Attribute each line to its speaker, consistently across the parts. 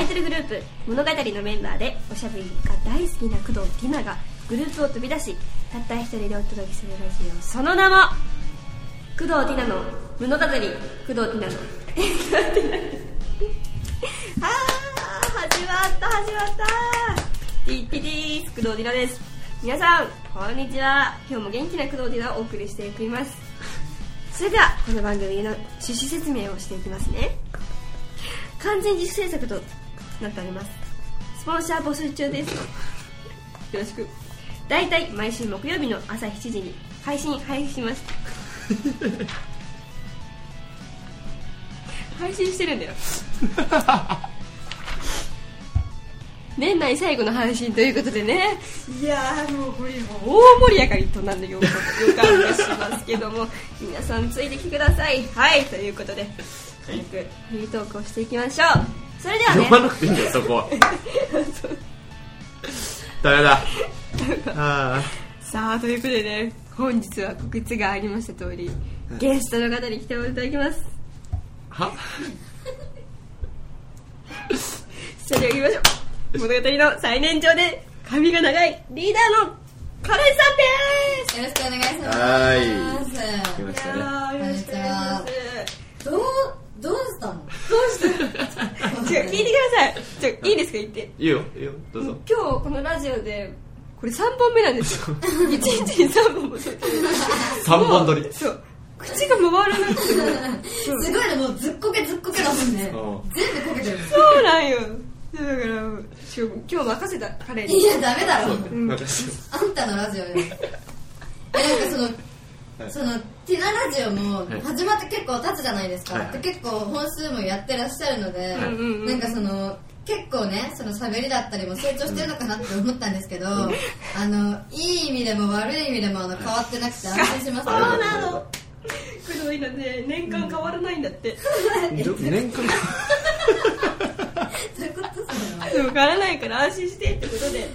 Speaker 1: イドルグループ物語のメンバーでおしゃべりが大好きな工藤ティナがグループを飛び出したった一人でお届けするラジオその名も工藤ティナの物語工藤ティナの あー始まった始まったティッティティー工藤ティナです皆さんこんにちは今日も元気な工藤ティナをお送りしていきますそれではこの番組の趣旨説明をしていきますね完全自主制作となっておりますスポンサー募集中ですよろしく大体毎週木曜日の朝7時に配信配布します配信してるんだよ 年内最後の配信ということでねいやーもうこれも大盛り上がりとなるような予感がしますけども 皆さんついてきてくださいはいということで早くフリートークをしていきましょうそれではね
Speaker 2: 読まなくていいんだよそこはダメだああ
Speaker 1: さあということでね本日は告知がありました通りゲストの方に来ていただきます
Speaker 2: は
Speaker 1: それでは行きましょう物語の最年長で髪が長いリーダーのカレンさんです
Speaker 3: よろしくお願いします。
Speaker 2: は来ま
Speaker 1: い
Speaker 2: した ね
Speaker 1: やーよろしくお願いします
Speaker 3: どう、どうしたの。
Speaker 1: 違う聞いてくださいちょいいですか言って
Speaker 2: いいよいいよどうぞ
Speaker 1: 今日このラジオでこれ3本目なんです よ1日に3本も撮ってる
Speaker 2: 三本撮り
Speaker 1: そう口が回らなくても
Speaker 3: すごいね、もうずっこけずっこけだもんね
Speaker 2: そ。
Speaker 3: 全部こけてる。
Speaker 1: そうなんよだからしょう今日任せたカレンに
Speaker 3: いや、ダメだろ。
Speaker 2: なんか
Speaker 3: あんたのラジオよ。え、なんかそ
Speaker 2: は
Speaker 3: の、
Speaker 2: い
Speaker 3: その、ティナラジオも
Speaker 2: はい
Speaker 3: 始まって結構経つじゃないですか。
Speaker 2: はいはい
Speaker 3: で結構本数もやってらっしゃるので、
Speaker 1: んうんうん
Speaker 3: なんかその、結構ね、その喋りだったりも成長してるのかなって思ったんですけど、あの、いい意味でも悪い意味でもあの変わってなくて安心します
Speaker 1: そうなの工藤いなんで年間変わらないんだって、
Speaker 2: ど年間
Speaker 3: そういうことそれは
Speaker 1: 変わらないから安心してってことでで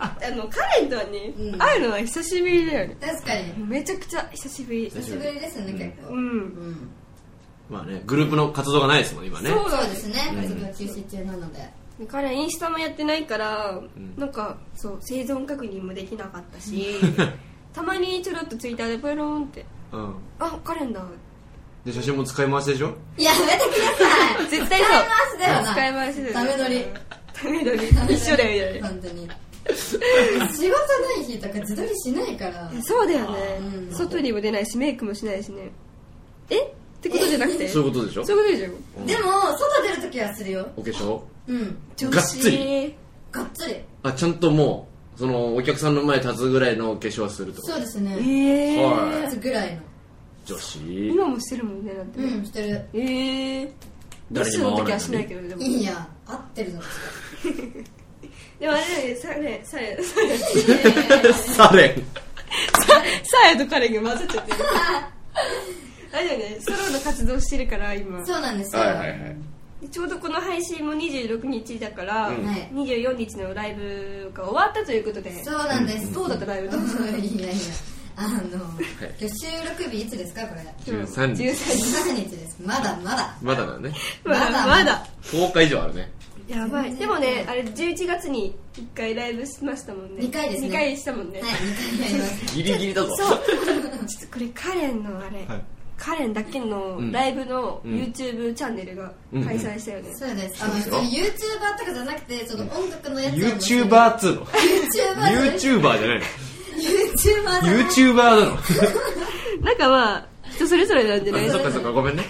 Speaker 1: あのカレンとはね、
Speaker 3: うん
Speaker 1: 会うのは久しぶりだよね
Speaker 3: 確かに。
Speaker 1: めちゃくちゃ久しぶり
Speaker 3: 久しぶりですね、結
Speaker 1: う
Speaker 3: 構。
Speaker 1: ん
Speaker 3: うん。
Speaker 2: まあねグループの活動がないですもん今ね
Speaker 1: そう
Speaker 3: そ
Speaker 1: な
Speaker 3: うんで
Speaker 1: ですす
Speaker 3: ね、活動休止中なので。
Speaker 1: カレンインスタもやってないから、
Speaker 2: ん
Speaker 1: なんかそう生存確認もできなかった したまにちょろっとツイッターでポロンって
Speaker 2: うん
Speaker 1: 「あカレンだ
Speaker 2: で写真も使い回しでしょ
Speaker 3: やめてください
Speaker 1: 絶対そう
Speaker 3: 使い回しだよな。
Speaker 1: 使い回しだよ
Speaker 3: ダメ撮り。
Speaker 1: ダメ取り
Speaker 3: ダメ撮り
Speaker 1: 一緒だよみたい
Speaker 3: 本当に。仕事ない日とか自撮りしないから。
Speaker 1: なそうだよね、
Speaker 3: うん
Speaker 1: 外にも出ないしメイクもしないしねえってことじゃなくて
Speaker 2: そういうことでしょ
Speaker 1: そういうことでしょ
Speaker 2: うん
Speaker 3: でも、外出るときはするよ。
Speaker 2: お化粧
Speaker 3: うん。
Speaker 1: 女
Speaker 2: がっつ
Speaker 1: 子
Speaker 3: がっつり。
Speaker 2: あちゃんともうそのお客さんの前立つぐらいのお化粧はするってこ
Speaker 3: そ
Speaker 2: と
Speaker 3: うですね。
Speaker 1: ええ
Speaker 2: は
Speaker 3: まずぐらいの。
Speaker 2: 女子
Speaker 1: 今もしてるもんねなんて
Speaker 3: う
Speaker 1: ね
Speaker 3: ん、してる。
Speaker 1: ええ
Speaker 2: 誰に
Speaker 1: の
Speaker 2: も会
Speaker 1: 時は
Speaker 2: わな
Speaker 1: いし
Speaker 2: の
Speaker 1: ない
Speaker 2: に
Speaker 1: けどでも
Speaker 3: いいや、合ってるぞ。
Speaker 1: でもあれだよねさえさ えさえ
Speaker 2: サレン
Speaker 1: さえと彼が混ざっちゃってるあれだよねソロの活動してるから今
Speaker 3: そうなんですよ。
Speaker 2: はいはいはい
Speaker 1: でちょうどこの配信も26日だから、
Speaker 2: うん
Speaker 3: はい
Speaker 1: 24日のライブが終わったということで
Speaker 3: そうなんです。
Speaker 1: どうだったライブだった
Speaker 3: うん いやいや。あの、今日収録日いつですか、これ。
Speaker 2: 13日
Speaker 1: 13
Speaker 3: 13日です。まだまだ。
Speaker 2: まだだね
Speaker 1: まだ
Speaker 3: まだ
Speaker 1: まだ
Speaker 2: 10日以上あるね
Speaker 1: やばいでもねあれ11月に1回ライブしましたもんね
Speaker 3: 二回ですね
Speaker 1: 2回したもんね、
Speaker 3: はい、2回やります。
Speaker 2: ギリギリだぞ
Speaker 1: そうちょっとこれカレンのあれ、
Speaker 2: はい
Speaker 1: カレンだけの
Speaker 2: うん
Speaker 1: ライブの
Speaker 2: うん
Speaker 1: YouTube チャンネルが開催したよね、
Speaker 3: そうです。あの、
Speaker 2: そうですよ
Speaker 3: YouTuber とかじゃなくて、その音楽のやつを。
Speaker 2: YouTuber っつうの
Speaker 3: YouTuber じゃ
Speaker 2: YouTuber じゃない
Speaker 3: ない。YouTuber じゃない
Speaker 2: の YouTuber なの
Speaker 1: なんかまあ人それぞれなんじゃない
Speaker 2: あそっかそっかごめんね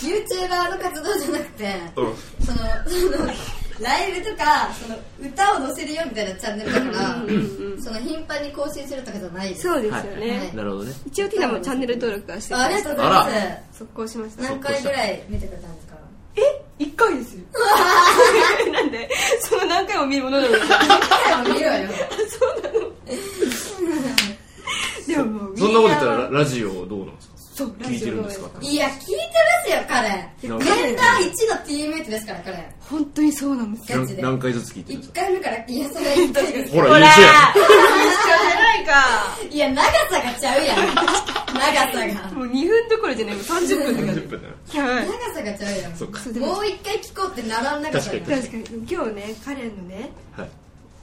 Speaker 3: YouTuber の活動じゃなくて、
Speaker 2: うん
Speaker 3: その、その、ライブとか、その、歌を載せるよみたいなチャンネルだから
Speaker 1: うんうんう、
Speaker 3: その、頻繁に更新するとかじゃないです。
Speaker 1: そうですよね、
Speaker 3: はい
Speaker 2: なるほどね
Speaker 1: 一応ティナもチャンネル登録はして
Speaker 3: あありがとうござい
Speaker 2: あら
Speaker 3: ます。
Speaker 1: 速攻しました
Speaker 3: 何回ぐらい見てくれたんですか
Speaker 1: え一1回ですよなんでその何回も見るものなのか
Speaker 3: 何回も見るわよ。
Speaker 1: そうなのでももう
Speaker 2: そんなこと言ったらラジオどうなんですか
Speaker 1: そうラ
Speaker 2: 聞いて
Speaker 1: ジオ
Speaker 2: るん
Speaker 1: の
Speaker 2: ですか
Speaker 3: いや、聞いてますよ、彼。メ
Speaker 2: な
Speaker 3: ン
Speaker 2: ん
Speaker 3: バ
Speaker 2: か
Speaker 3: ー1の TMH ですから、彼。
Speaker 1: 本当にそうなんですよ
Speaker 3: ガチで
Speaker 2: 何回ずつ聞いてるんです
Speaker 3: 1
Speaker 2: か
Speaker 3: 回目から、いや、それ言ってる。
Speaker 2: ほら
Speaker 1: ほら
Speaker 2: 一緒や
Speaker 1: 一緒じゃないか
Speaker 3: いや、長さがちゃうやん。長長さが
Speaker 1: もう2分どころじゃないもう30分とか
Speaker 2: 30分だよ
Speaker 1: ではい
Speaker 3: 長さがちゃうよ
Speaker 2: そっか
Speaker 3: もう一回聞こうって並んなかった
Speaker 2: 確か
Speaker 1: 確かに今日ねカレンのね
Speaker 2: はい、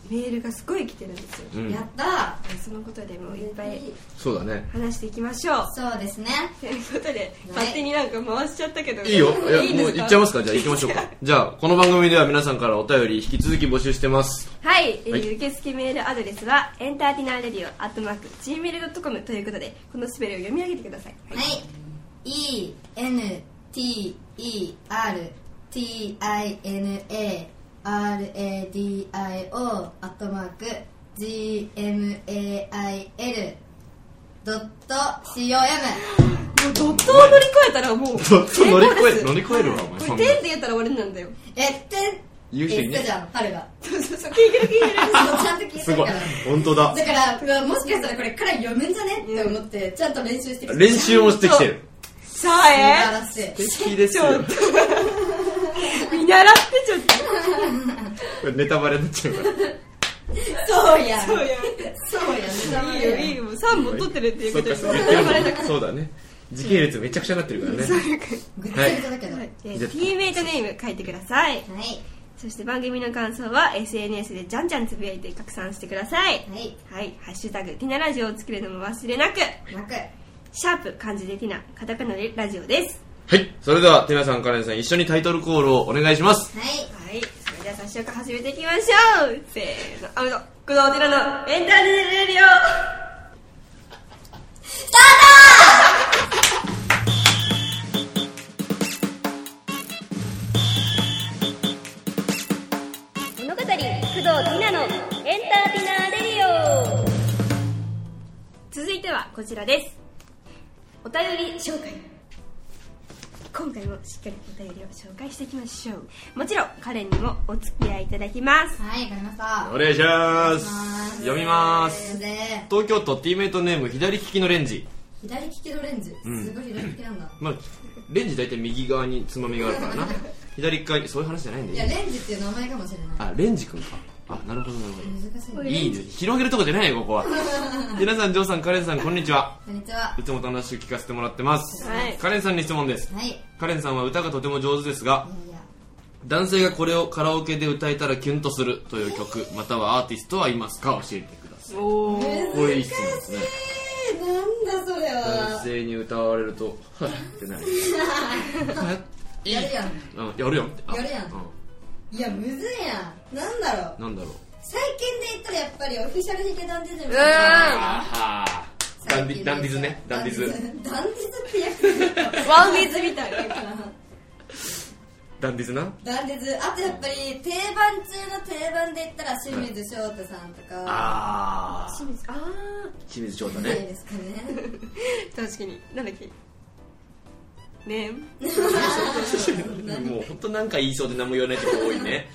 Speaker 1: メールがすごい来てるんですよ、
Speaker 2: うん
Speaker 3: やった
Speaker 1: そのことでもういっぱい
Speaker 2: そうだね
Speaker 1: 話していきましょう
Speaker 3: そうですね
Speaker 1: ということで勝手になんか回しちゃったけど
Speaker 2: いいよいや
Speaker 1: いいんで
Speaker 2: も
Speaker 1: す
Speaker 2: う
Speaker 1: か
Speaker 2: 行っちゃいますかじゃあ行きましょうかじゃあこの番組では皆さんからお便り引き続き募集してます
Speaker 1: はい、えー
Speaker 2: はい
Speaker 1: 受付メールアドレスはエンターティナーレディオアットマーク Gmail.com ということでこのスペルを読み上げてください、
Speaker 3: はい ENTERTINARADIO アットマーク GMAIL.com
Speaker 1: もうドットを乗り越えたらもう
Speaker 2: ドット乗り
Speaker 1: 成
Speaker 2: 越え
Speaker 1: 功です
Speaker 2: 乗り越えるわお前
Speaker 1: これ点って言ったら俺なんだよ
Speaker 3: えって
Speaker 2: 言う人いね
Speaker 3: って言ったじゃん春が
Speaker 1: そうそうそう聞いてる聞いてる
Speaker 3: ちゃんと聞いて
Speaker 2: す
Speaker 3: る
Speaker 2: ご
Speaker 3: か
Speaker 2: い
Speaker 3: ら
Speaker 2: 本当だ
Speaker 3: だからうわもしかしたらこれから読むんじゃねって思ってちゃんと練習してきた
Speaker 2: 練習をしてきてる
Speaker 1: さあ
Speaker 3: 素晴
Speaker 1: え
Speaker 3: らしい
Speaker 2: 素敵ですよ
Speaker 1: ちょっ見習ってちょっと
Speaker 2: これネタバレになっちゃうから
Speaker 3: そうや
Speaker 1: そうや
Speaker 3: そうや
Speaker 1: いいよいいよもう3本取ってるっていうことで
Speaker 2: そっかそう言ってるもんねそうだね時系列めちゃくちゃになってるからね
Speaker 3: ぐっちゃぐちゃだけどはい、
Speaker 1: えー T メイトネーム書いてくださいそして番組の感想は SNS でじゃんじゃんつぶやいて拡散してください
Speaker 3: はい
Speaker 1: はい「ハッシュタグティナラジオ」をつけるのも忘れなく
Speaker 3: なく
Speaker 1: シャープ漢字でティナカタカナでラジオです
Speaker 2: はいそれではテナさんカレンさん一緒にタイトルコールをお願いします
Speaker 3: はい
Speaker 1: はいそれでは早速始めていきましょうせーのあうぞ工藤ティナのエンターテイナーレディオ
Speaker 3: スタ
Speaker 1: 物語工藤ティナのエンターテイナーレディオ続いてはこちらですお便り紹介今回もしっかりお便りを紹介していきましょうもちろんカレンにもお付き合いいただきます
Speaker 3: ートはいわかりました
Speaker 2: お願いしま
Speaker 3: ます
Speaker 2: す読みます
Speaker 3: で
Speaker 2: 東京都 T メイトネーム左利きのレンジ
Speaker 3: 左利きのレンズすごい左利きなんだ、
Speaker 2: まあレンジ大体右側につまみがあるからな左側にそういう話じゃないん
Speaker 3: い
Speaker 2: だ
Speaker 3: や
Speaker 2: よ
Speaker 3: レンズっていう名前かもしれない
Speaker 2: あレンジくんかあなるほどなるほ
Speaker 3: 難しい
Speaker 1: こ
Speaker 2: ど
Speaker 3: ね
Speaker 1: れ
Speaker 2: いいね広げるとこじゃないよ ここは皆さんジョーさんカレンさんこんにちは
Speaker 3: こんにちはい
Speaker 2: つも楽しく聞かせてもらってます、
Speaker 1: はい
Speaker 2: カレンさんに質問です
Speaker 3: はいい
Speaker 2: カレンさんは歌がとても上手ですが
Speaker 3: やいや
Speaker 2: 男性がこれをカラオケで歌えたらキュンとするという曲またはアーティストはいますか教えてください
Speaker 1: おー
Speaker 2: これいい質問ですね
Speaker 3: えー、なんだそれ
Speaker 2: 男
Speaker 3: は
Speaker 2: 性に歌われると「はっ」って なるはい
Speaker 3: やるやん
Speaker 2: うんやるやんってあ
Speaker 3: やるやん
Speaker 2: う
Speaker 3: いやむずいやんなんだろうん
Speaker 2: なんだろう
Speaker 3: 最近で言ったらやっぱりオフィシャルヒゲダンディズム
Speaker 2: あはーダンディダンディズねダンディズ
Speaker 3: ダンディズってやつ
Speaker 1: ワンウィズみたいな
Speaker 2: ダンディズな
Speaker 3: ダンディズあとやっぱり定番中の定番で言ったら清水翔太さんとか
Speaker 2: あー
Speaker 1: 清水ああ
Speaker 2: 清水翔太
Speaker 3: ない
Speaker 2: ね
Speaker 3: ですかね
Speaker 1: 確かになんだっけね
Speaker 2: もう本当なんか言いそうで何も言わないとこ多いね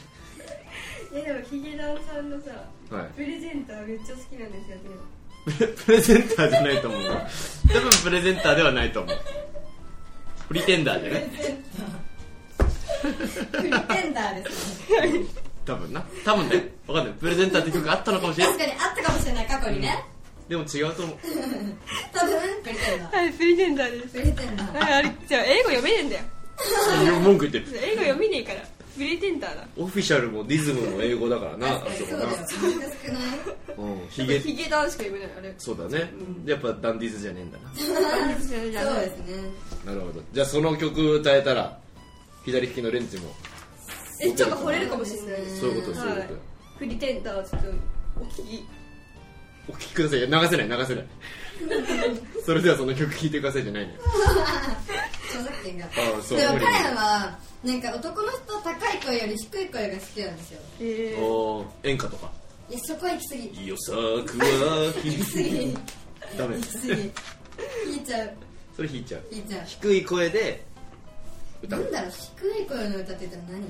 Speaker 1: えいやでもヒゲダンさんのさ
Speaker 2: はい
Speaker 1: プレゼンターめっちゃ好きなんですよね
Speaker 2: プレゼンターじゃないと思うな多分プレゼンターではないと思うプリテンダーでね
Speaker 3: プリテンダーですね
Speaker 2: 多分な多分ね分かんないプレゼンターって曲あったのかもしれない
Speaker 3: 確かにあったかもしれない過去にね
Speaker 2: でも違うと思う
Speaker 3: 多分プリテンダー
Speaker 1: はいプレゼンターです
Speaker 3: プリテンダー
Speaker 1: はいあれじゃあ英語読めねえんだよ
Speaker 2: いや文句言ってる
Speaker 1: 英語読めねえからプレゼンターだ
Speaker 2: オフィシャルもリズムも英語だからなあそ
Speaker 3: そう
Speaker 2: こ
Speaker 3: だよ
Speaker 2: な
Speaker 3: 難しくない
Speaker 2: うんヒゲ
Speaker 1: ヒゲダンしか読めないあれ
Speaker 2: そうだねやっぱダンディズじゃねえんだ
Speaker 3: そうですね
Speaker 2: ななるほどじゃあその曲歌えたら左利きのレンチも
Speaker 1: えちょっと惚れるかもしれない
Speaker 2: そういうことですそう
Speaker 1: は
Speaker 2: いう
Speaker 1: い
Speaker 2: こ
Speaker 1: プリテンダーちょっとお聞き
Speaker 2: とお聴きくださいいや流せない流せないそれではその曲聴いてくださいじゃないね
Speaker 3: 著作権が
Speaker 2: あそう
Speaker 3: でも
Speaker 2: 無理
Speaker 3: 彼らはなんか男の人高い声より低い声が好きなんですよ
Speaker 1: えー
Speaker 2: おー演歌とか
Speaker 3: いやそこは行き過ぎ
Speaker 2: よさくは君ダメ
Speaker 3: 行き過ぎ引いちゃう
Speaker 2: それ弾いちゃう
Speaker 3: 引いちゃう
Speaker 2: 低い声で歌
Speaker 3: な
Speaker 2: うん
Speaker 3: だろう低い声の歌って言ったら何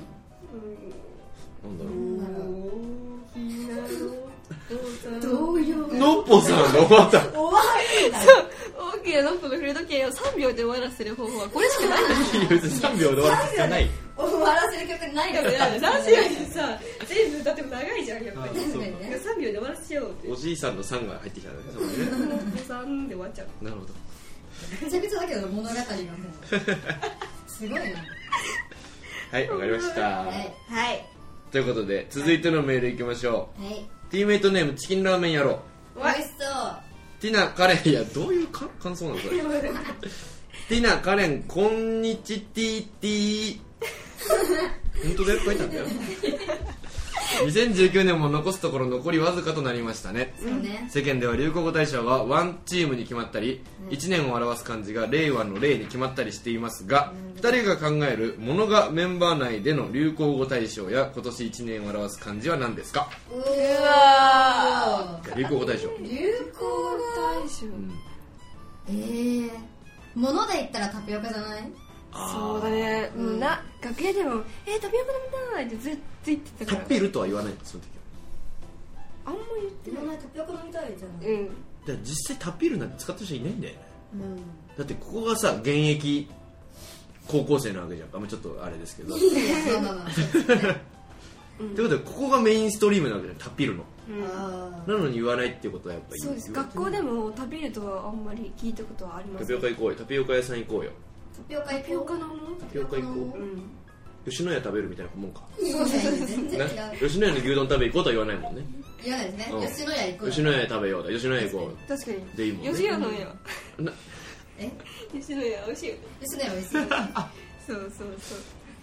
Speaker 2: なんだろ
Speaker 1: 大きなお父さん
Speaker 3: 童謡
Speaker 2: うのっぽさんのまた
Speaker 3: おわいんだ
Speaker 1: 大きなノップの振る時計を3秒で終わらせる方法はこれしかないんだよ
Speaker 2: 別に3秒で終わらせる必要ない
Speaker 3: 終わらせる曲ないから
Speaker 1: 確かにさ全部歌っても長いじゃんやっぱり
Speaker 2: あ
Speaker 3: 確
Speaker 2: そう
Speaker 3: か
Speaker 2: か
Speaker 3: にね
Speaker 1: 3秒で終わらせようって
Speaker 2: おじいさんの「さん」が入ってきたねそこにね
Speaker 1: 3で終わっちゃう
Speaker 2: なるほど
Speaker 3: めちゃめちゃだけど物語がもうすごいな
Speaker 2: はいわかりました
Speaker 3: はい
Speaker 1: はい
Speaker 2: ということで続いてのメールいきましょ
Speaker 3: はい。
Speaker 2: うティーメイトネームチキンラーメン野郎
Speaker 3: 美味しそう。
Speaker 2: ティナカレンいやどういうか感想なのこれティナカレンこんにちティーティー本当だよ書いてあったよ2019年も残すところ残りわずかとなりましたね
Speaker 3: そうね。
Speaker 2: 世間では流行語大賞がワンチームに決まったり、1年を表す漢字が令和の令に決まったりしていますが、2人が考えるものがメンバー内での流行語大賞や今年1年を表す漢字は何ですか
Speaker 3: う
Speaker 1: わ
Speaker 2: 流行語大賞
Speaker 3: ー。流行語。
Speaker 1: 大将
Speaker 3: えー。物で言ったらタピオカじゃない
Speaker 1: そうだね、うん、な楽屋でも「えー、タピオカ飲みたい」ってずっと言ってた
Speaker 2: タ
Speaker 1: から
Speaker 2: ピルとは言わないその時は
Speaker 1: あんま言って
Speaker 3: 名前タピオカ飲みたいじゃん。
Speaker 1: うん
Speaker 2: だから実際タピルなんて使ってる人いないんだよね
Speaker 3: うん。
Speaker 2: だってここがさ現役高校生なわけじゃんあんまちょっとあれですけどとい
Speaker 3: いやそうなの。
Speaker 2: うことでここがメインストリームなわけじゃんタピルの
Speaker 3: あ
Speaker 2: なのに言わないってことはやっぱり
Speaker 1: そうです
Speaker 2: 言わ
Speaker 1: 学校でもタピルとはあんまり聞いたことはありま
Speaker 2: タ
Speaker 1: せん
Speaker 2: ピオカ行こうよタピオカ屋さん行こうよ
Speaker 3: ータピオカ
Speaker 1: タピオ
Speaker 3: 行こ
Speaker 1: カのもの
Speaker 2: タピオカ行こ
Speaker 1: う
Speaker 2: うん吉野家食べるみたいなもんか
Speaker 3: う。そうだよね全然違
Speaker 2: ね
Speaker 3: う。
Speaker 2: 吉野家の牛丼食べ行こうとは言わないもんね
Speaker 3: 嫌ですね
Speaker 2: うん。
Speaker 3: 吉野家行こう。
Speaker 2: 吉野家食べようだ吉野家行こ
Speaker 1: 確か
Speaker 2: うでいいも
Speaker 1: に
Speaker 2: ん
Speaker 1: 吉
Speaker 2: ね
Speaker 1: 野の家
Speaker 2: な
Speaker 3: え
Speaker 1: 吉野家美味しいよね
Speaker 3: 吉野家美味しい。
Speaker 1: そうそうそう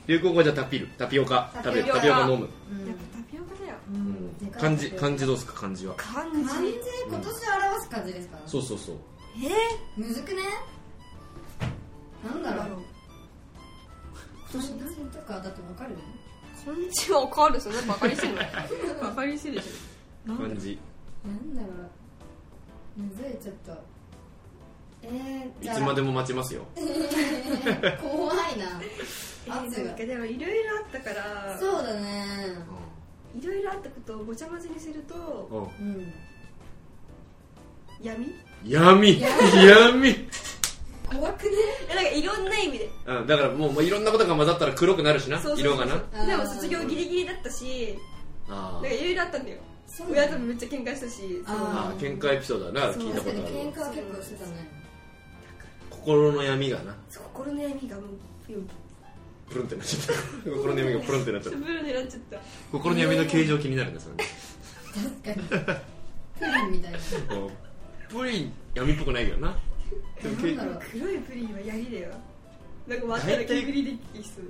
Speaker 2: 流行語じゃタピルタピオカ食べるタ
Speaker 1: タ
Speaker 2: ピ
Speaker 1: ピ
Speaker 2: オ
Speaker 1: オカ
Speaker 2: カ飲む
Speaker 3: うん
Speaker 1: やっぱタピオカだよ
Speaker 3: うんでかい
Speaker 2: 漢字漢字どうすか漢字は
Speaker 1: 漢字
Speaker 3: 漢字今年表す漢字ですから。
Speaker 2: そうそうそう
Speaker 1: えー
Speaker 3: むずくねなんだ
Speaker 1: なんだ
Speaker 3: ろ
Speaker 1: ろ
Speaker 3: う
Speaker 1: う
Speaker 3: 今年何とかだってわかるよね
Speaker 1: 漢字わかるそんなバカにしてるのバカにしてるでしょ
Speaker 2: 漢字
Speaker 3: なんだろうむずいちょっとえー、
Speaker 2: い
Speaker 3: じゃあ
Speaker 2: つまでも待ちますよ
Speaker 3: 怖いな圧
Speaker 1: えなん
Speaker 3: が
Speaker 1: かでもいろいろあったから
Speaker 3: そうだね
Speaker 1: いろいろあったことをごちゃ混ぜにすると
Speaker 2: うん
Speaker 3: うん
Speaker 1: 闇
Speaker 2: 闇闇
Speaker 3: 怖くね
Speaker 1: えなんかいろんな意味で
Speaker 2: うんだからもうもういろんなことが混ざったら黒くなるしな
Speaker 1: そうそうそう
Speaker 2: 色がな
Speaker 3: あー
Speaker 1: でも卒業ギリギリだったしな
Speaker 2: あ
Speaker 1: んかいろいろあったんだよ
Speaker 3: そう
Speaker 1: 親ともめっちゃ喧嘩したし
Speaker 3: あー
Speaker 2: あー喧嘩エピソードだな
Speaker 3: そう
Speaker 2: 聞いたことあ
Speaker 3: 確かに
Speaker 2: る
Speaker 3: 喧嘩は結構してたね
Speaker 2: 心の闇がな
Speaker 1: そう心の闇がもう
Speaker 2: プルンってなっちゃった 心の闇がプルンってなっちゃ
Speaker 1: つ
Speaker 2: った
Speaker 1: ぶらになっちゃった
Speaker 2: 心の闇の形状気になるんですよね
Speaker 3: 確かに プリンみたいな
Speaker 2: プリン闇っぽくないけどなでも
Speaker 3: なんだろう
Speaker 1: 黒いプリンは闇だよなんか割ったら煙でき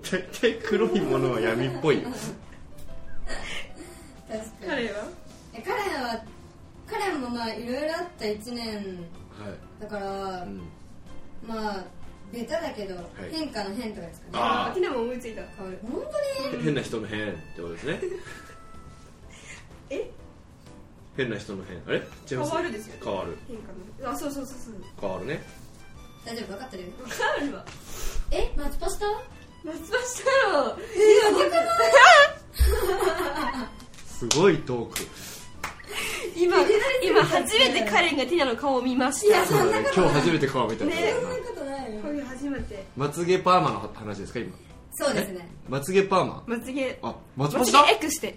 Speaker 1: そう
Speaker 2: 大体黒いものは闇っぽいよ
Speaker 3: 確かに
Speaker 1: 彼は
Speaker 3: えカレンはカレンもまあいろいろあった1年
Speaker 2: はい、
Speaker 3: だから、
Speaker 2: うん、
Speaker 3: まあベタだけど、
Speaker 2: い
Speaker 3: 変化の変とかですかね
Speaker 2: あ
Speaker 1: あ
Speaker 2: ー
Speaker 1: ティナも思いついた
Speaker 3: 変わる本
Speaker 2: 変な人の変ってことですね
Speaker 1: え
Speaker 2: 変な人の変あれ違います
Speaker 1: 変わるですよ
Speaker 2: 変わる
Speaker 1: 変化のあそうそうそうそう
Speaker 2: 変わるね
Speaker 3: 当に大丈夫分かってる
Speaker 1: カールは
Speaker 3: えマッチパスタ
Speaker 1: 松橋太郎
Speaker 3: え分かんない
Speaker 2: すごいトーク
Speaker 1: 今今初めてカレンがティナの顔を見ました
Speaker 2: そうだね今日初めて顔見た
Speaker 1: ね
Speaker 3: そんなことないよ
Speaker 1: こういう初めて
Speaker 2: まつげパーマの話ですか今
Speaker 3: そうですね
Speaker 2: まつげパーマ
Speaker 1: まつげ
Speaker 2: あまつ
Speaker 1: ま
Speaker 2: パ
Speaker 1: つ
Speaker 2: し
Speaker 1: げ
Speaker 2: た
Speaker 1: エクして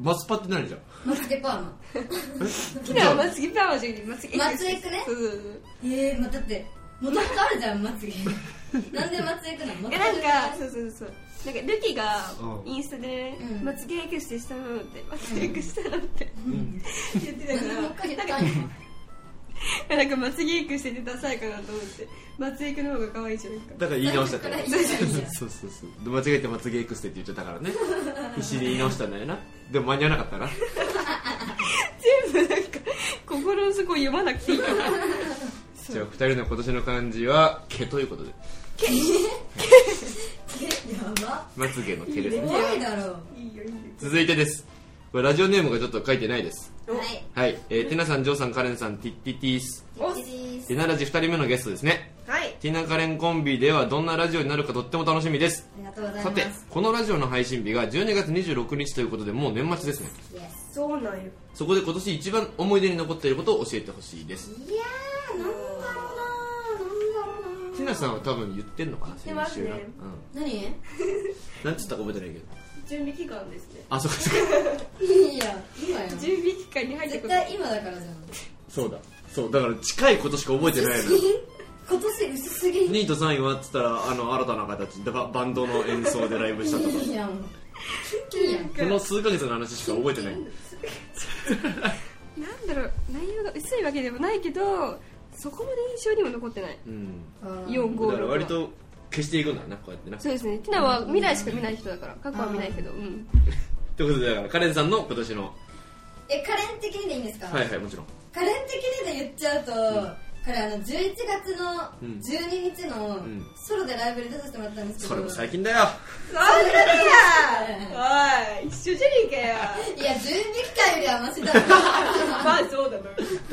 Speaker 2: まつパって何じゃん
Speaker 3: マツケパーマ
Speaker 1: ティナはまつげパーマじゃなくてまつげエク
Speaker 3: まつエクね
Speaker 1: そうそうそう
Speaker 3: えー、まだってもともとあるじゃんまつ げなんでまつげくなの
Speaker 1: えなんかそうそうそうなんかルキが
Speaker 2: うん
Speaker 1: インスタでね
Speaker 3: うん
Speaker 1: まつげエクしてしたのってまつげエクしたのって言ってたか
Speaker 3: もう一回言った
Speaker 1: らなんかなんかまつげエクしててダサいかなと思ってまつげエクの方が可愛いじゃんなんか
Speaker 2: だから言い直したから
Speaker 3: そう
Speaker 2: そうそうそうで間違えてまつげエクステって言っちゃったからね 必死で言い直したんだよなでも間に合わなかったな
Speaker 1: 全部なんか心の底を読まなくていいから
Speaker 2: じゃあ二人の今年の漢字は毛ということで
Speaker 3: やば
Speaker 2: まつげの毛ですね
Speaker 3: 怖いだろ
Speaker 1: いいよいいよ
Speaker 2: 続いてですこれラジオネームがちょっと書いてないです
Speaker 3: うはい
Speaker 2: はい、えー、ティナさんジョーさんカレンさんティッティティース
Speaker 1: お
Speaker 3: いいです
Speaker 2: ティナラジ二人目のゲストですね
Speaker 1: はい
Speaker 2: ティナカレンコンビではどんなラジオになるかとっても楽しみです
Speaker 3: ありがとうござい
Speaker 2: さ
Speaker 3: ます
Speaker 2: てこのラジオの配信日が12月26日ということでもう年末ですね
Speaker 3: イエス
Speaker 1: そうなんよ
Speaker 2: そこで今年一番思い出に残っていることを教えてほしいです
Speaker 3: いやーなんだろうななんだろうな
Speaker 2: ティナさんは多分言ってんのかな
Speaker 1: 言ってますね
Speaker 2: な、うん、
Speaker 3: 何
Speaker 2: なんつったか覚えてないけど
Speaker 1: 準備期間ですね
Speaker 2: あそうかそう か
Speaker 3: いや今よ
Speaker 1: 準備期間に入って
Speaker 3: 絶
Speaker 1: こと
Speaker 3: 対今だからじゃん
Speaker 2: そうだそうだから近いことしか覚えてないの
Speaker 3: 今年
Speaker 2: 2位と3位はっつったらあの新たな形だからバンドの演奏でライブ したとか
Speaker 3: いいやんいいやん
Speaker 2: この数ヶ月の話しか覚えてない
Speaker 1: なんだろう内容が薄いわけでもないけどそこまで印象にも残ってない
Speaker 2: うん
Speaker 1: よ
Speaker 2: だから割と消していくんだなこうやってな
Speaker 1: そうですねティナは未来しか見ない人だから過去は見ないけどうん
Speaker 2: ということでだからカレンさんの今年の
Speaker 3: えカレン的にでいいんですか、
Speaker 2: はいはいもちろん
Speaker 3: カレン的にで言っちゃうと、これあの11月の
Speaker 2: うん
Speaker 3: 12日の
Speaker 2: ん
Speaker 3: ソロでライブで出させてもらったんですけど
Speaker 2: それも最近だよ
Speaker 1: そんなにやおい一緒じゃねえか よ
Speaker 3: いや準備期間よりはマシだった
Speaker 1: まあそうだな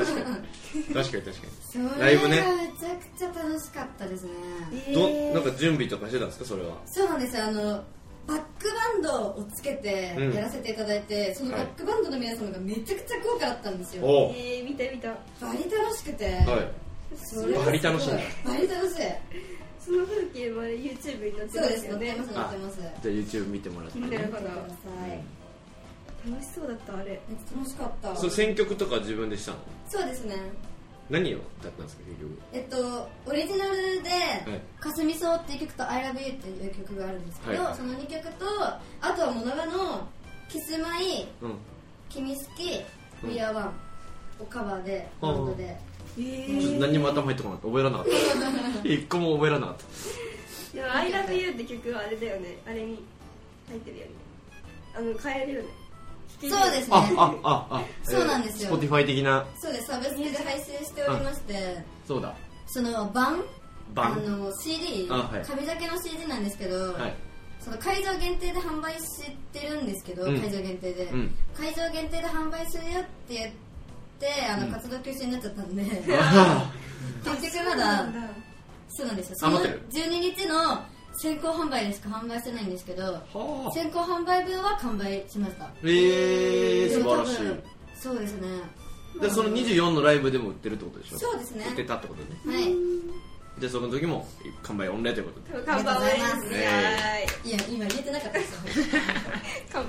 Speaker 2: 確 かに確かに確か
Speaker 3: それが
Speaker 2: ライブね
Speaker 3: めちゃくちゃ楽しかったですね
Speaker 2: にどなんか準備とかしてたんですかそれは
Speaker 3: そうなんですよあのバックバンドをつけて
Speaker 2: うん
Speaker 3: やらせていただいて、そのバックバンドの皆様がめちゃくちゃ豪華だったんですよ、
Speaker 2: おう
Speaker 1: えー、見た見た
Speaker 3: バリ楽しくて、
Speaker 2: はい
Speaker 3: それがすご
Speaker 2: バリ楽しいんだ
Speaker 3: バリ楽しい
Speaker 1: その風景もあれ YouTube に載って
Speaker 3: そう
Speaker 1: ま
Speaker 3: ですす
Speaker 1: よ
Speaker 3: 乗って
Speaker 1: ね
Speaker 3: ます乗ってます
Speaker 2: じゃあ YouTube 見てもらって
Speaker 1: 気になる
Speaker 3: 見
Speaker 1: か
Speaker 3: てくだ
Speaker 1: ら
Speaker 3: さい
Speaker 1: 楽しそうだったあれ
Speaker 3: めっちゃ楽しかった
Speaker 2: そう選曲とか自分でしたの
Speaker 3: そうですね
Speaker 2: 何を歌ったんですか結局
Speaker 3: えっとオリジナルで
Speaker 2: い
Speaker 3: 「かすみそう」っていう曲と「ILOVEYOU」っていう曲があるんですけど、
Speaker 2: はい
Speaker 3: その2曲とあとはモノガの「キスマイ」
Speaker 2: うん
Speaker 3: 君好き
Speaker 2: うん
Speaker 3: We Are One をカバーでバンドで
Speaker 1: え
Speaker 2: ちょっと
Speaker 1: ー、
Speaker 2: 何にも頭入ってこなかった覚えられなかった 一個も覚えられなかっ
Speaker 1: でも「ILOVEYOU」って曲はあれだよねあれに入ってるよねあの変えるよね
Speaker 3: そう
Speaker 1: 弾けるよ
Speaker 3: です
Speaker 2: たあ
Speaker 3: ね
Speaker 2: あああ
Speaker 3: そうなんですよ
Speaker 2: Spotify 的な
Speaker 3: そうですサブスクで配信しておりまして
Speaker 2: そうだ
Speaker 3: その版
Speaker 2: バ
Speaker 3: あ
Speaker 2: ン
Speaker 3: の CD
Speaker 2: あはい
Speaker 3: 紙だけの CD なんですけど、
Speaker 2: はい
Speaker 3: その会場限定で販売してるんですけど、
Speaker 2: うん
Speaker 3: 会場限定で、
Speaker 2: うん
Speaker 3: 会場限定で販売するよって言ってあの、
Speaker 2: うん
Speaker 3: 活動休止になっちゃったんで結
Speaker 2: あ
Speaker 3: 局
Speaker 1: な
Speaker 3: まだ
Speaker 1: んだ
Speaker 3: そうなんですよ
Speaker 2: あ
Speaker 3: そ
Speaker 2: 持
Speaker 3: の
Speaker 2: ってる
Speaker 3: 12日の先行販売でしか販売してないんですけど
Speaker 2: ーはあ
Speaker 3: 先行販売分は完売しました
Speaker 2: えー、素晴らし
Speaker 3: でも多分そうですね
Speaker 2: いでその24のライブでも売ってるってことでしょ
Speaker 3: そうですね
Speaker 2: 売ってたってことね
Speaker 3: はい
Speaker 2: でその時も完売御礼ということで
Speaker 1: 乾杯
Speaker 3: ありがとうご
Speaker 2: ざいます
Speaker 1: はい
Speaker 3: いや今言えてなかったですよ
Speaker 1: 乾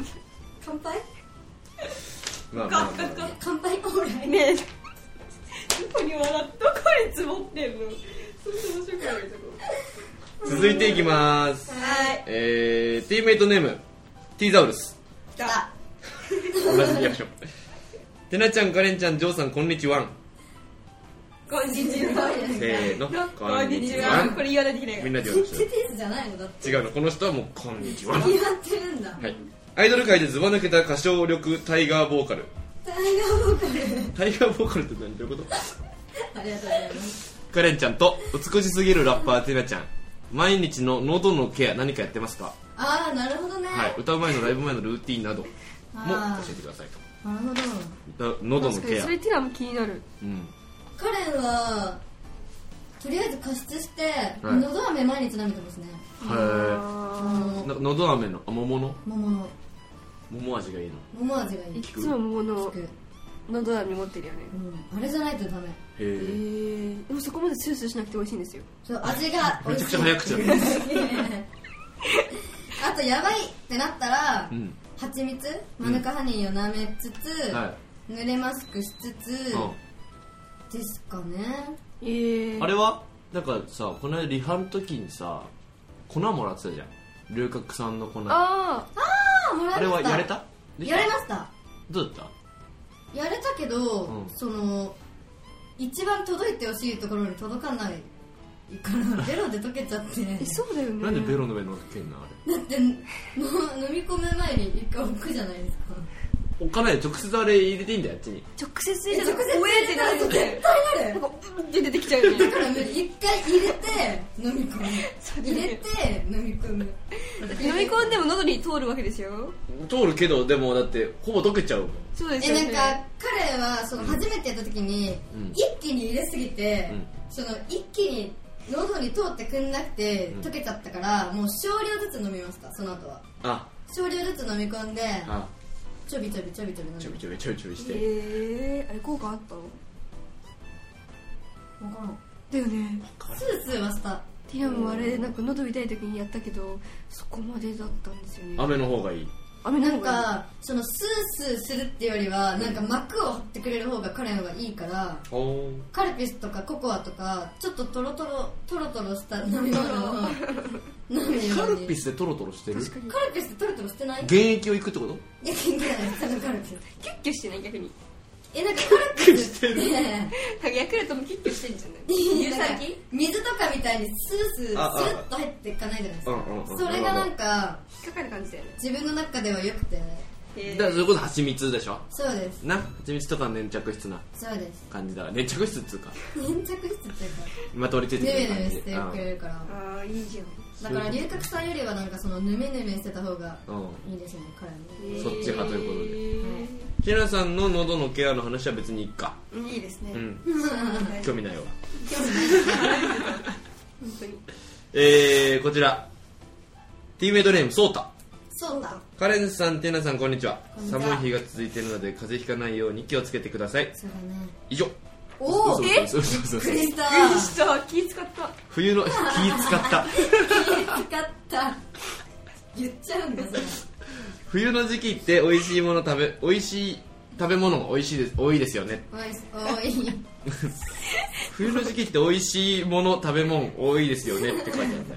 Speaker 3: 乾杯
Speaker 2: まあまあまあまあ
Speaker 3: 乾杯オーラ
Speaker 1: 杯
Speaker 3: イ
Speaker 1: ねえ どこに笑っどこに積もってんのそれ面白くないそこ
Speaker 2: 続いていきます
Speaker 1: はい
Speaker 2: えー、ティーメイトネームティーザウルス
Speaker 1: 来た
Speaker 2: 同じにやり ましょうてなちゃんかれんちゃんジョーさんこんにちは
Speaker 1: こんにち
Speaker 2: せ
Speaker 1: は
Speaker 2: ーの
Speaker 1: こんにちはこれ言わないといけないか
Speaker 2: みん
Speaker 1: ら
Speaker 2: なで
Speaker 3: チ
Speaker 2: 言
Speaker 3: ッ
Speaker 2: う
Speaker 3: チティーズじゃないのだって
Speaker 2: 違うのこの人はもうこんにちは は
Speaker 3: 決まってるんだ
Speaker 2: いアイドル界でズバ抜けた歌唱力タイガーボーカル
Speaker 3: 大河ボーカル
Speaker 2: タイガーボーカルって何どういうこと
Speaker 3: ありがとうございます
Speaker 2: カレンちゃんと美しすぎるラッパーてなちゃん毎日の喉のケア何かやってますか、
Speaker 3: ああなるほどね、
Speaker 2: はい、歌う前のライブ前のルーティンなども
Speaker 3: あー
Speaker 2: 教えてくださいと
Speaker 3: なるほど
Speaker 2: だ喉の
Speaker 1: 確かに
Speaker 2: ケア
Speaker 1: それティラも気になる
Speaker 2: うん
Speaker 3: カレンはとりあえず加湿して、
Speaker 2: はい
Speaker 3: 喉飴毎日舐めてますね
Speaker 2: は
Speaker 1: あ
Speaker 2: いなんか喉飴のあ桃の
Speaker 3: 桃の
Speaker 2: 桃味がいいの
Speaker 3: 桃味がい
Speaker 1: ーい
Speaker 3: い
Speaker 1: っつもも
Speaker 3: 効
Speaker 1: の
Speaker 3: く、
Speaker 1: 喉飴持ってるよね
Speaker 3: うん、あれじゃないとダメ
Speaker 1: え
Speaker 2: へえ
Speaker 1: ー、でもそこまでスースーしなくて美味しいんですよ
Speaker 3: そう味が美
Speaker 2: めち
Speaker 3: 味
Speaker 2: ゃく
Speaker 3: し
Speaker 2: ち
Speaker 3: い
Speaker 2: ゃ早口だ
Speaker 3: あとやばいってなったら、
Speaker 2: うん
Speaker 3: 蜂蜜マヌカハニーを舐めつつ、
Speaker 2: は
Speaker 3: 濡れマスクしつつ、
Speaker 2: い、うん
Speaker 3: ですかね
Speaker 1: えー、
Speaker 2: あれはなんかさこの間リハの時にさ粉もらってたじゃん龍角さんの粉あ
Speaker 1: あー
Speaker 3: あもらいました
Speaker 2: れはやれたでき
Speaker 3: やれました
Speaker 2: どうだっ
Speaker 3: やれたけど、
Speaker 2: うん
Speaker 3: その一番届いてほしいところに届かない からベロで溶けちゃって
Speaker 1: えそうだよね
Speaker 2: たなんでベロの上に乗っけんのあ
Speaker 3: だってもう飲み込む前に一回置くじゃないですか
Speaker 2: れお金で直接あれ入れていいんだよあっちに
Speaker 1: 直接入
Speaker 3: え
Speaker 1: れた
Speaker 3: 直
Speaker 1: ら
Speaker 3: 接
Speaker 1: 怖えってなるよ
Speaker 3: 絶
Speaker 1: ね
Speaker 3: 対な
Speaker 1: なん
Speaker 3: る
Speaker 1: かうんって出てきちゃうよね
Speaker 3: だから無理一回入れて飲み込む
Speaker 1: そうだ
Speaker 3: 入
Speaker 1: ね
Speaker 3: れて飲み込む
Speaker 1: 飲み込んでも喉に通るわけですよ
Speaker 2: 通るけどでもだってほぼ溶けちゃうもん
Speaker 1: そうですよ
Speaker 3: えなん
Speaker 1: ね
Speaker 3: か彼はその初めてやった時に、
Speaker 2: うん
Speaker 3: 一気に入れすぎて、
Speaker 2: うん
Speaker 3: その一気に喉に通ってくんなくて
Speaker 2: うん
Speaker 3: 溶けちゃったから、もう少量ずつ飲みましたその後は
Speaker 2: あ
Speaker 3: 少量ずつ飲み込んで
Speaker 2: あ
Speaker 3: ちょびちょびちょびちょび飲
Speaker 2: ちょ
Speaker 3: み
Speaker 2: びちょびちょびちょびして、
Speaker 1: えー、あれ効果あったの
Speaker 3: 分からん
Speaker 1: だよね
Speaker 3: スースーはした
Speaker 1: ティラもあれなんか喉痛い時にやったけどそこまでだったんですよね
Speaker 2: 雨の方がいい
Speaker 1: あれ
Speaker 3: なんかそのスースーするっていうよりはなんか膜を張ってくれる方が彼のがいいから
Speaker 2: おー
Speaker 3: カルピスとかココアとかちょっとトロトロトロトロした飲み物を飲むように
Speaker 2: カルピスでトロトロしてる
Speaker 1: 確かに
Speaker 3: カルピスってトロトロしてない
Speaker 2: 現役をいくってこと
Speaker 3: いや元気ない普通のカルピス
Speaker 1: キュッキュしてない逆に
Speaker 3: えなんかカルピスって
Speaker 1: ヤクルトもキュッキュしてんじゃ ない
Speaker 3: 乳
Speaker 1: 乳
Speaker 3: 酸
Speaker 1: 酸
Speaker 3: 菌
Speaker 1: 菌
Speaker 3: 水とかみたいにスースースル
Speaker 2: ああ
Speaker 3: ッと入っていかないじゃないです
Speaker 2: うんうんうん
Speaker 3: かそれがなんか
Speaker 1: 引っかかる感じだよね
Speaker 3: 自分の中では良くて
Speaker 1: へ
Speaker 2: だ
Speaker 1: ー
Speaker 2: からそれこそ蜂蜜でしょ
Speaker 3: そうです
Speaker 2: な蜂蜜とか粘着質な
Speaker 3: そうです
Speaker 2: 感じだから粘着質っつうか
Speaker 3: 粘着質っていうか
Speaker 2: まとわりつい
Speaker 3: ヌ
Speaker 2: て
Speaker 3: メ
Speaker 2: くる
Speaker 3: ヌメ
Speaker 2: 感
Speaker 3: し
Speaker 2: じ
Speaker 3: てくれるから
Speaker 1: ああいいじゃん
Speaker 3: だから龍角さんよりはなんかそのヌメヌメしてた方が
Speaker 2: うんうん
Speaker 3: いいですよね彼に
Speaker 2: そっち派というひなさんの喉のケアの話は別にいいか
Speaker 1: ことでいいですね、
Speaker 2: うん
Speaker 1: はい
Speaker 2: 興味ないわ
Speaker 1: 本当に
Speaker 2: えー、こちらティーメイドネームそうた
Speaker 3: そうだ
Speaker 2: カレンさんティナさんこんにちは
Speaker 3: こんにちは
Speaker 2: 寒い日が続いているので風邪ひかないように気をつけてください
Speaker 3: そうだね
Speaker 2: 以上
Speaker 3: おおびっ
Speaker 2: 嘘嘘嘘嘘嘘
Speaker 3: くりした
Speaker 1: びっくりした気使った
Speaker 2: 冬の気使った
Speaker 3: 使った言っちゃうんだそれ
Speaker 2: 冬の時期って美味しいもの食べ美味しい食べ物が美味しいです多いですよね
Speaker 3: おいおい
Speaker 2: 冬の時期って美味しいもの食べ物多いですよねって書いてあるん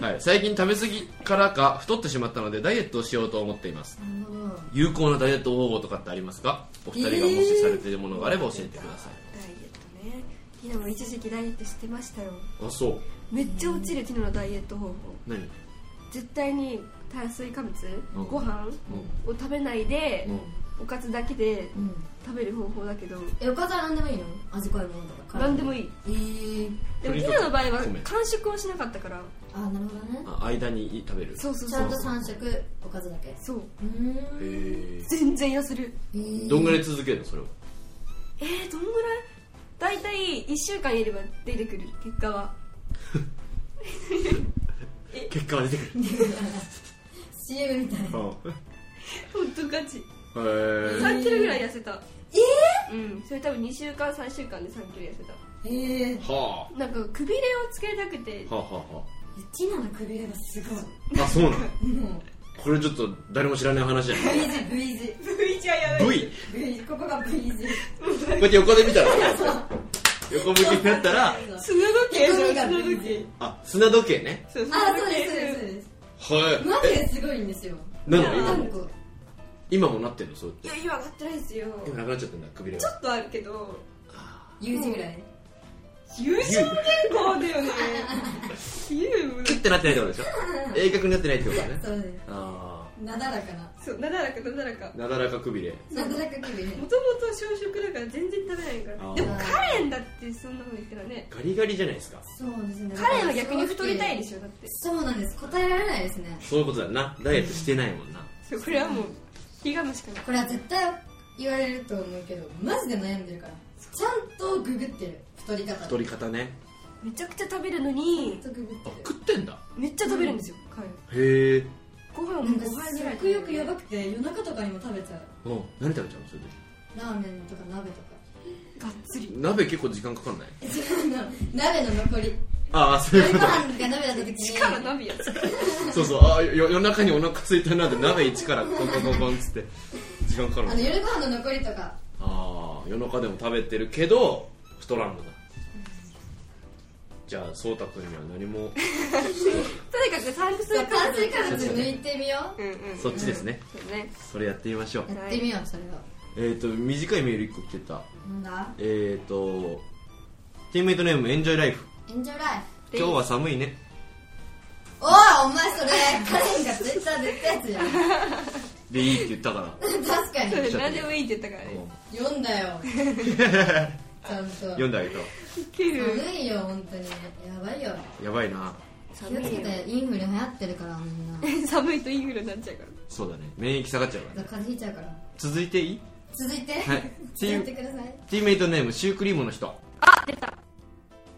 Speaker 2: だはい、最近食べ過ぎからか太ってしまったのでダイエットをしようと思っています
Speaker 3: なるほど
Speaker 2: 有効なダイエット方法とかってありますかお二人がもしされているものがあれば教えてください、
Speaker 1: ダイエットねティナも一時期ダイエットしてましたよ
Speaker 2: あそう
Speaker 1: めっちゃ落ちるティナのダイエット方法
Speaker 2: 何
Speaker 1: 絶対に炭水化物、
Speaker 2: うん
Speaker 1: ご飯を食べないで、おかずだけで
Speaker 3: うん
Speaker 1: 食べる方法だけど
Speaker 3: えおかずは何でもいいの味濃いものとか
Speaker 1: 何でも
Speaker 3: い
Speaker 1: いい
Speaker 3: えー、
Speaker 1: でもティナの場合は
Speaker 2: 米
Speaker 1: 完食をしなかったから
Speaker 3: あなるほどね
Speaker 2: あ間に食べる
Speaker 1: そうそう
Speaker 3: ち
Speaker 1: そ
Speaker 3: ゃ
Speaker 1: うん
Speaker 3: と三食おかずだけう
Speaker 1: そう
Speaker 3: ー
Speaker 2: へ
Speaker 3: ん
Speaker 2: え
Speaker 1: 全然痩せる
Speaker 3: えー
Speaker 2: どんぐらい続けるのそれは
Speaker 1: えー、どんぐらい大体1週間やれば出てくる結果は
Speaker 2: 結果が出てくる
Speaker 3: CM みたいな
Speaker 1: 本当ガチ
Speaker 2: へえ
Speaker 1: 3キロぐらい痩せたえうんそれ多分2週間3週間で3キロ痩せた
Speaker 3: えー、
Speaker 2: は
Speaker 1: なんかくびれをつけたくて
Speaker 2: あはあは
Speaker 3: ティナのくびれがすごい
Speaker 2: あはああそうなの
Speaker 3: も
Speaker 2: これちょっと誰も知らない話じゃ
Speaker 3: う
Speaker 2: な
Speaker 3: V
Speaker 2: い
Speaker 3: 字 V 字
Speaker 1: V じゃや
Speaker 2: V
Speaker 3: V 字ここが V 字
Speaker 2: こうやって横で見たら横向きになったら
Speaker 1: 砂時計
Speaker 3: ゴミ
Speaker 1: じゃ
Speaker 3: が
Speaker 1: ん砂時
Speaker 3: V
Speaker 1: 計
Speaker 3: 字
Speaker 2: あ砂時計ね
Speaker 1: そう
Speaker 3: あ
Speaker 1: 砂
Speaker 3: そう
Speaker 1: 時
Speaker 3: で
Speaker 1: 計
Speaker 3: すそうですそうです
Speaker 2: はい
Speaker 3: マジですごいんですよ
Speaker 2: なの今
Speaker 3: な
Speaker 2: も
Speaker 3: んか
Speaker 2: 今もなってんのそうやって
Speaker 1: いや今上がってないですよ
Speaker 2: 今なくなっちゃってんだくびれ
Speaker 1: ちょ
Speaker 2: が
Speaker 1: っとあるけど
Speaker 3: U 字ぐらい
Speaker 1: 優勝健康だよね優も
Speaker 2: キュッてなってないってことでしょ鋭角になってないってことだね
Speaker 3: そうで
Speaker 2: あ
Speaker 3: すなだらかな
Speaker 1: そうなだらかなだらか
Speaker 2: あなだらかくびれ
Speaker 3: なだらかくびれ
Speaker 1: もともと小食だから全然食べないか
Speaker 2: あー
Speaker 1: らでもカレンだってそんなこと言ってたらね
Speaker 2: ガリガリじゃないですか
Speaker 3: そうですね
Speaker 1: カレンは逆に太りたいでしょだって
Speaker 3: そうなんです答えられないですね
Speaker 2: そういうことだなダイエットしてないもんな
Speaker 1: そうこれはもう気がむしかない
Speaker 3: これは絶対言われると思うけどマジで悩んでるからちゃんとググってる太り方
Speaker 2: 太り方ね
Speaker 1: めちゃくちゃ食べるのに
Speaker 3: ちゃんとググっ
Speaker 2: あ
Speaker 3: てる
Speaker 2: 食ってんだ
Speaker 1: めっちゃ食べるんですよカレン
Speaker 2: へえ
Speaker 1: ご飯
Speaker 3: なん
Speaker 1: も
Speaker 3: か
Speaker 1: ご飯
Speaker 3: す
Speaker 1: ぐらい
Speaker 3: っごいよくやばくて夜中とかにも食べちゃう
Speaker 2: うん何食べちゃうのそれで
Speaker 3: ラーメンとか鍋とか
Speaker 1: がっつり
Speaker 2: 鍋結構時間かかんない
Speaker 3: え違うの 鍋の残り
Speaker 2: ああそう
Speaker 3: ご
Speaker 2: いう
Speaker 3: 飯
Speaker 2: こ
Speaker 3: が鍋だった時に
Speaker 1: しかも鍋やつ
Speaker 2: とそうそうああよ夜中にお腹空いたなって鍋一からコンコンコンコンっつって時間かかる
Speaker 3: あ
Speaker 2: もん
Speaker 3: の夜ご飯の残りとか
Speaker 2: ああ夜中でも食べてるけど太らんのだじゃあ颯太君には何も
Speaker 1: とにかく炭水
Speaker 3: そう
Speaker 1: 化
Speaker 3: 炭水
Speaker 1: 物
Speaker 3: 化物抜いてみよ
Speaker 1: うんうん
Speaker 2: そっちですね
Speaker 1: そうね
Speaker 2: それやってみましょう
Speaker 3: うやってみようそれ
Speaker 2: え
Speaker 3: を
Speaker 2: っ、と短いメール1個来てた
Speaker 3: なんだ
Speaker 2: えっ、とティーメイトネームエンジョイライフ
Speaker 3: エンジョイライフ
Speaker 1: で
Speaker 2: 今日は寒いね
Speaker 3: おいお前それカレンがツイッターで言ったやつじゃん
Speaker 2: でいいって言ったから
Speaker 3: 確か
Speaker 1: そう
Speaker 3: に
Speaker 1: ですラジオウィンって言ったからね
Speaker 3: 読んだよちゃんと
Speaker 2: 読んであげた
Speaker 1: いける
Speaker 3: 寒いよ本当にやばいよ
Speaker 2: やばいな
Speaker 3: 気をつけてインフル流行ってるからみんなだか
Speaker 1: よ 寒いとインフルになっちゃうから
Speaker 2: そうだね免疫下がっちゃうから
Speaker 3: ら
Speaker 2: ね
Speaker 3: 風邪ひいちゃうから
Speaker 2: 続いていい
Speaker 3: 続いて、
Speaker 2: はい
Speaker 3: やってください
Speaker 2: ティーメイトネームシュークリームの人
Speaker 1: あ出た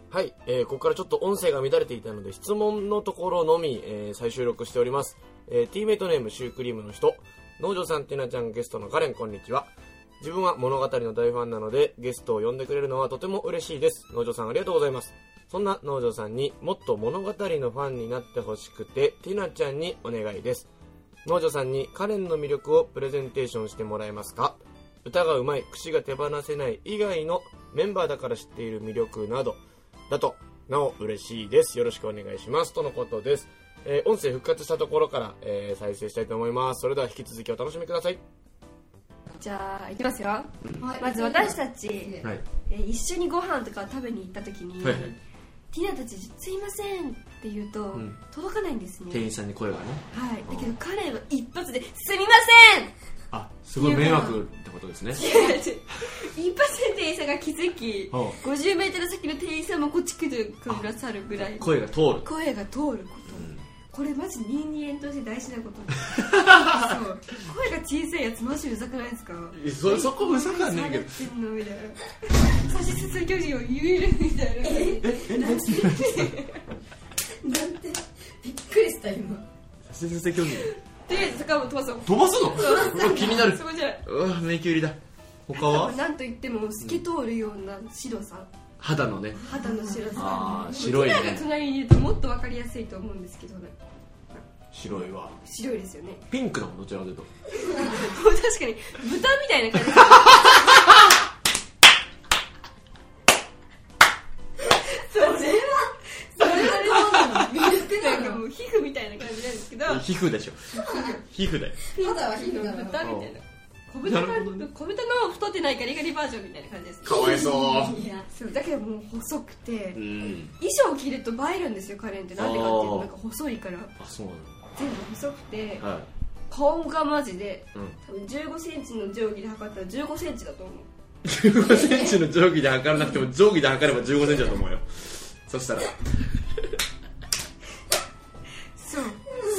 Speaker 2: はい、えーここからちょっと音声が乱れていたので質問のところのみ、えー再収録しております、えー、ティーメイトネームシュークリームの人農場さんティナちゃんゲストのカレンこんにちは自分は物語の大ファンなのでゲストを呼んでくれるのはとても嬉しいです農場さんありがとうございますそんな農場さんにもっと物語のファンになってほしくてティナちゃんにお願いです農場さんにカレンの魅力をプレゼンテーションしてもらえますか歌がうまい口が手放せない以外のメンバーだから知っている魅力などだとなお嬉しいですよろしくお願いしますとのことです、えー音声復活したところから、えー再生したいと思いますそれでは引き続きお楽しみください
Speaker 1: じゃあいきますよ
Speaker 3: はい
Speaker 1: まず私たち
Speaker 3: はい
Speaker 2: い
Speaker 1: えー一緒にご飯とか食べに行った時に、
Speaker 2: はいはい
Speaker 1: ティナたち「すいません」って言うと、
Speaker 2: ん
Speaker 1: 届かないんですね
Speaker 2: 店員さんに声がね
Speaker 1: はいだけど彼は一発で「すみません!」
Speaker 2: あすごい迷惑ってことですね
Speaker 1: 一発で店員さんが気づき
Speaker 2: は
Speaker 1: 50m 先の店員さんもこっち来てくださるぐらい
Speaker 2: 声が通る
Speaker 1: 声が通ること、これマジ人間として大事なこと そう声が小さいやつマジうざくないですか
Speaker 2: えそそこうざくはねえけど
Speaker 1: 何されてんのみたいな 差し進む巨人を言えるみたいな
Speaker 3: なんてびっくりした今
Speaker 2: 先生興味
Speaker 1: とりあえず坂本飛ばそう
Speaker 2: 飛ばすのうわ 気になる
Speaker 1: そこじゃないう
Speaker 2: わ迷宮入りだ他
Speaker 1: 多分
Speaker 2: は
Speaker 1: なんと言っても透き通るような白さ
Speaker 2: 肌のね
Speaker 1: 肌の白さ
Speaker 2: あー白いね
Speaker 1: 僕らが隣にいるともっと分かりやすいと思うんですけどね
Speaker 2: 白いわ
Speaker 1: 白いですよね
Speaker 2: ピンクだもんどちらかというと
Speaker 1: もう 確かに豚みたいな感じそれはそれはそうなの魅力なんかもう皮膚みたいな感じなんですけど
Speaker 2: 皮膚でしょ皮膚だよ
Speaker 3: 肌は皮膚なの
Speaker 1: 豚みたいな小
Speaker 2: な
Speaker 1: 豚
Speaker 2: る
Speaker 1: が
Speaker 2: ほどね
Speaker 1: 小豚の太ってないガリガリバージョンみたいな感じです
Speaker 2: かわいそう
Speaker 3: いや
Speaker 1: そうだけどもう細くて
Speaker 2: うん
Speaker 1: 衣装着ると映えるんですよカレンってなんでかっていう
Speaker 2: あ
Speaker 1: と
Speaker 2: ー
Speaker 1: なんか細いから
Speaker 2: あそうな
Speaker 1: 全部細くて
Speaker 2: のは
Speaker 1: 顔がマジで
Speaker 2: い、うん、
Speaker 1: 多分1 5ンチの定規で測ったら1 5ンチだと思う
Speaker 2: 15センチの定規で測らなくても定規で測れば15センチだと思うよそしたら
Speaker 1: そう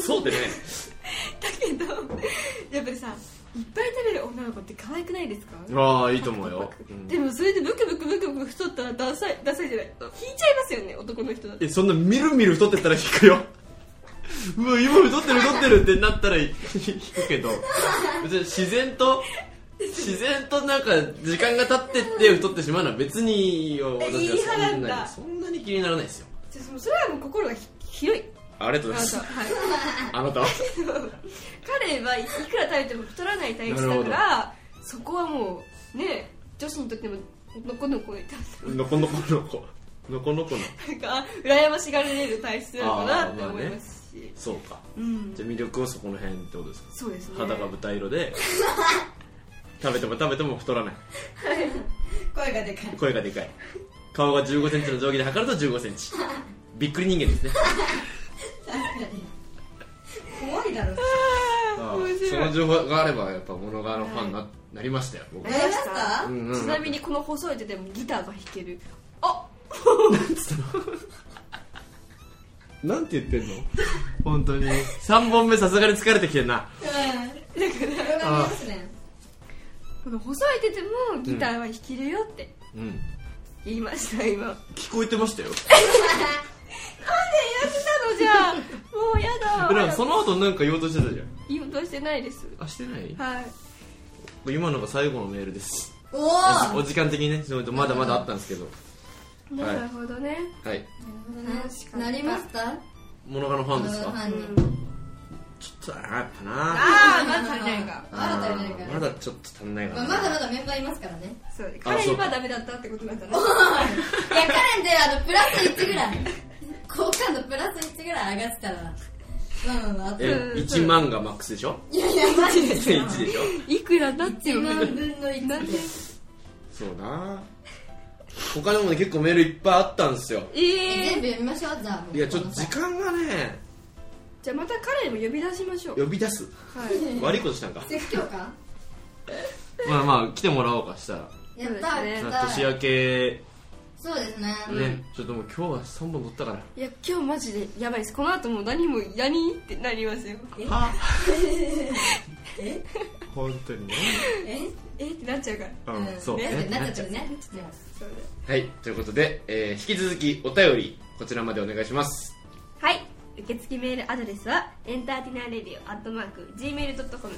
Speaker 2: そうでね
Speaker 1: だけど やっぱりさいっぱい食べる女の子って可愛くないですか
Speaker 2: ああいいと思うよ、うん
Speaker 1: でもそれでブクブクブクブク太ったらダサいダサいじゃない引いちゃいますよね男の人だって
Speaker 2: えそんなみるみる太ってったら引くよ うわ今太ってる太ってるってなったら引くけど別に自然と自然となんか時間が経ってって太ってしまうのは別にいいよ
Speaker 1: え
Speaker 2: 私
Speaker 1: 言
Speaker 2: はそん
Speaker 1: い放っ
Speaker 2: な
Speaker 1: た
Speaker 2: にそんなに気にならないですよ
Speaker 1: ちょそれはもう心がひ広い
Speaker 2: ありがと
Speaker 1: あ
Speaker 2: う
Speaker 1: なた
Speaker 2: ございます
Speaker 1: はい
Speaker 2: あなたは
Speaker 1: 彼はいくら食べても太らない体質だからそこはもうね女子にとってものこのこいた
Speaker 2: のこのこのこのこのこの
Speaker 1: なんか羨ましがられる体質なのかなって思いますし、
Speaker 2: そうか
Speaker 1: うん
Speaker 2: じゃあ魅力はそこの辺ってことですか
Speaker 1: そうですね
Speaker 2: 肌が豚色で食べても食べても太らない
Speaker 3: 声がでかい
Speaker 2: 声がでかい顔が1 5センチの定規で測ると1 5センチびっくり人間ですね
Speaker 3: 確かに怖いだろ
Speaker 1: あー面白い
Speaker 2: その情報があればやっぱ物側のファンにな,、なりましたよ僕
Speaker 3: えました
Speaker 2: うんうん
Speaker 1: ちなみにこの細い手でもギターが弾けるあ
Speaker 2: なんて言ってんの 本当に3本目さすがに疲れてきてんな
Speaker 3: うんだから見ますね
Speaker 1: この細い手でもギターは弾けるよって
Speaker 2: うん
Speaker 1: 言いました今なんで
Speaker 2: 聞こえてましたよ
Speaker 1: やってたのじ ゃあもうやだ
Speaker 2: でもその後なんか言おうとしてたじゃん
Speaker 1: 言おうとしてないです
Speaker 2: あしてない
Speaker 1: はい
Speaker 2: 今のが最後のメールです
Speaker 3: お
Speaker 2: お
Speaker 3: お
Speaker 2: お時間的にねちょっとまだまだあったんですけどはい
Speaker 1: なるほどね、
Speaker 2: はい
Speaker 3: なりました
Speaker 2: 物側のファンですか
Speaker 3: 犯人
Speaker 2: ちょっとなやっぱな
Speaker 1: ああまだ足りないか
Speaker 3: まだ足りない
Speaker 2: あ
Speaker 3: か
Speaker 2: ー
Speaker 3: ら
Speaker 2: まだちょっと足んないか
Speaker 3: まあ
Speaker 2: な
Speaker 3: まだまだメンバーいますからね
Speaker 1: そう
Speaker 2: あ
Speaker 1: 彼
Speaker 2: そう
Speaker 1: に
Speaker 2: か
Speaker 1: はダメだったってことなんだな
Speaker 3: いや、カレンであのプラス1ぐらい、好感度プラス1ぐらい上がってたら、まあまあまあ、
Speaker 2: え
Speaker 1: うん
Speaker 2: 1万がマックスでしょ
Speaker 3: いやいや、マ ジで
Speaker 2: 1でしょ
Speaker 1: いくらだって
Speaker 3: 1
Speaker 1: よ
Speaker 3: 万分の1
Speaker 1: なんで
Speaker 2: そうな他のもね結構メールいっぱいあったんですよ
Speaker 1: ええ
Speaker 3: 全部読みましょう、じゃあ。
Speaker 2: いやちょっと時間がね
Speaker 1: じゃあまた彼も呼び出しましょう
Speaker 2: 呼び出す
Speaker 1: はい
Speaker 2: 悪いことしたんか
Speaker 3: 説教か
Speaker 2: まあまあ来てもらおうかしたら
Speaker 3: やった、
Speaker 1: そ
Speaker 3: や
Speaker 1: う
Speaker 3: っ
Speaker 2: まあ
Speaker 3: た。
Speaker 2: 年明け
Speaker 3: そうですね。
Speaker 2: ね、ちょっともう今日は3本取ったから
Speaker 1: いや今日マジでやばいですこの後もう何も何ってなりますよ
Speaker 2: は本当にね
Speaker 3: え
Speaker 1: えってなっちゃうから
Speaker 2: うんそう
Speaker 3: ね
Speaker 2: ね
Speaker 3: なっちゃうね。
Speaker 1: そうだ
Speaker 2: はいということで、えー引き続きお便りこちらまでお願いします
Speaker 1: はい受付メールアドレスはエンターティナーレディオアットマーク Gmail.com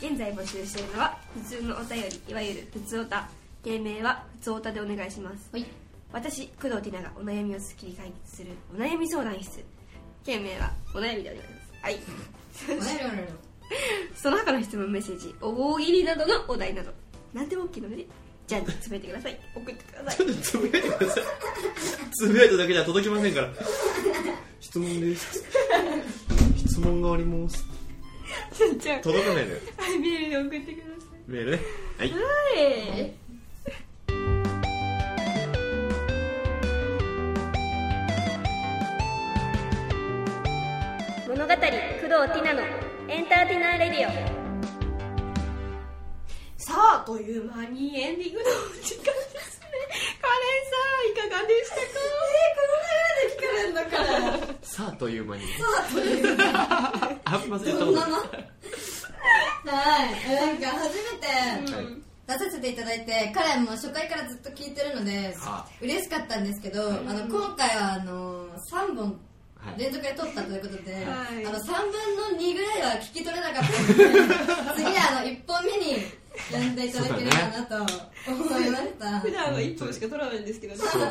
Speaker 1: 現在募集しているのは普通のお便りいわゆる普通おた芸名は普通おたでお願いします
Speaker 3: はい。
Speaker 1: 私工藤ティナがお悩みをすっきり解決するお悩み相談室件名はお悩みでお願いしますはい
Speaker 3: おやるおやる。
Speaker 1: その他の質問メッセージ大喜利などのお題など何でも OK なのでじゃんじゃんつぶやいてください送ってください
Speaker 2: つぶやいてくださいつぶやいただけじゃ届きませんから質問です質問があります
Speaker 1: じゃ んじゃん
Speaker 2: 届かないのよ
Speaker 1: はいメールで送ってください
Speaker 2: メールねはい
Speaker 1: はい。物語工藤ティナのエンターテイナーレディオ。さあという間にエンディングのお時間ですね。カレンさんいかがでしたか。えこの流れで聞かれるのか。
Speaker 2: さあという間にあんまりやった
Speaker 3: そ
Speaker 2: こと
Speaker 3: んな
Speaker 2: ない
Speaker 3: の はいなんか初めて
Speaker 2: はい
Speaker 3: 出させていただいて彼も初回からずっと聞いてるので
Speaker 2: あ
Speaker 3: 嬉しかったんですけど、
Speaker 2: はい
Speaker 3: あの今回はあの3本
Speaker 2: はい
Speaker 3: 連続で撮ったということで、
Speaker 1: はい
Speaker 3: あの3分の2ぐらいは聞き取れなかったので次はあの1本目にやんでいただければなと思いました、
Speaker 1: 普段は一本しか取らないんですけどね。
Speaker 2: そう
Speaker 1: はい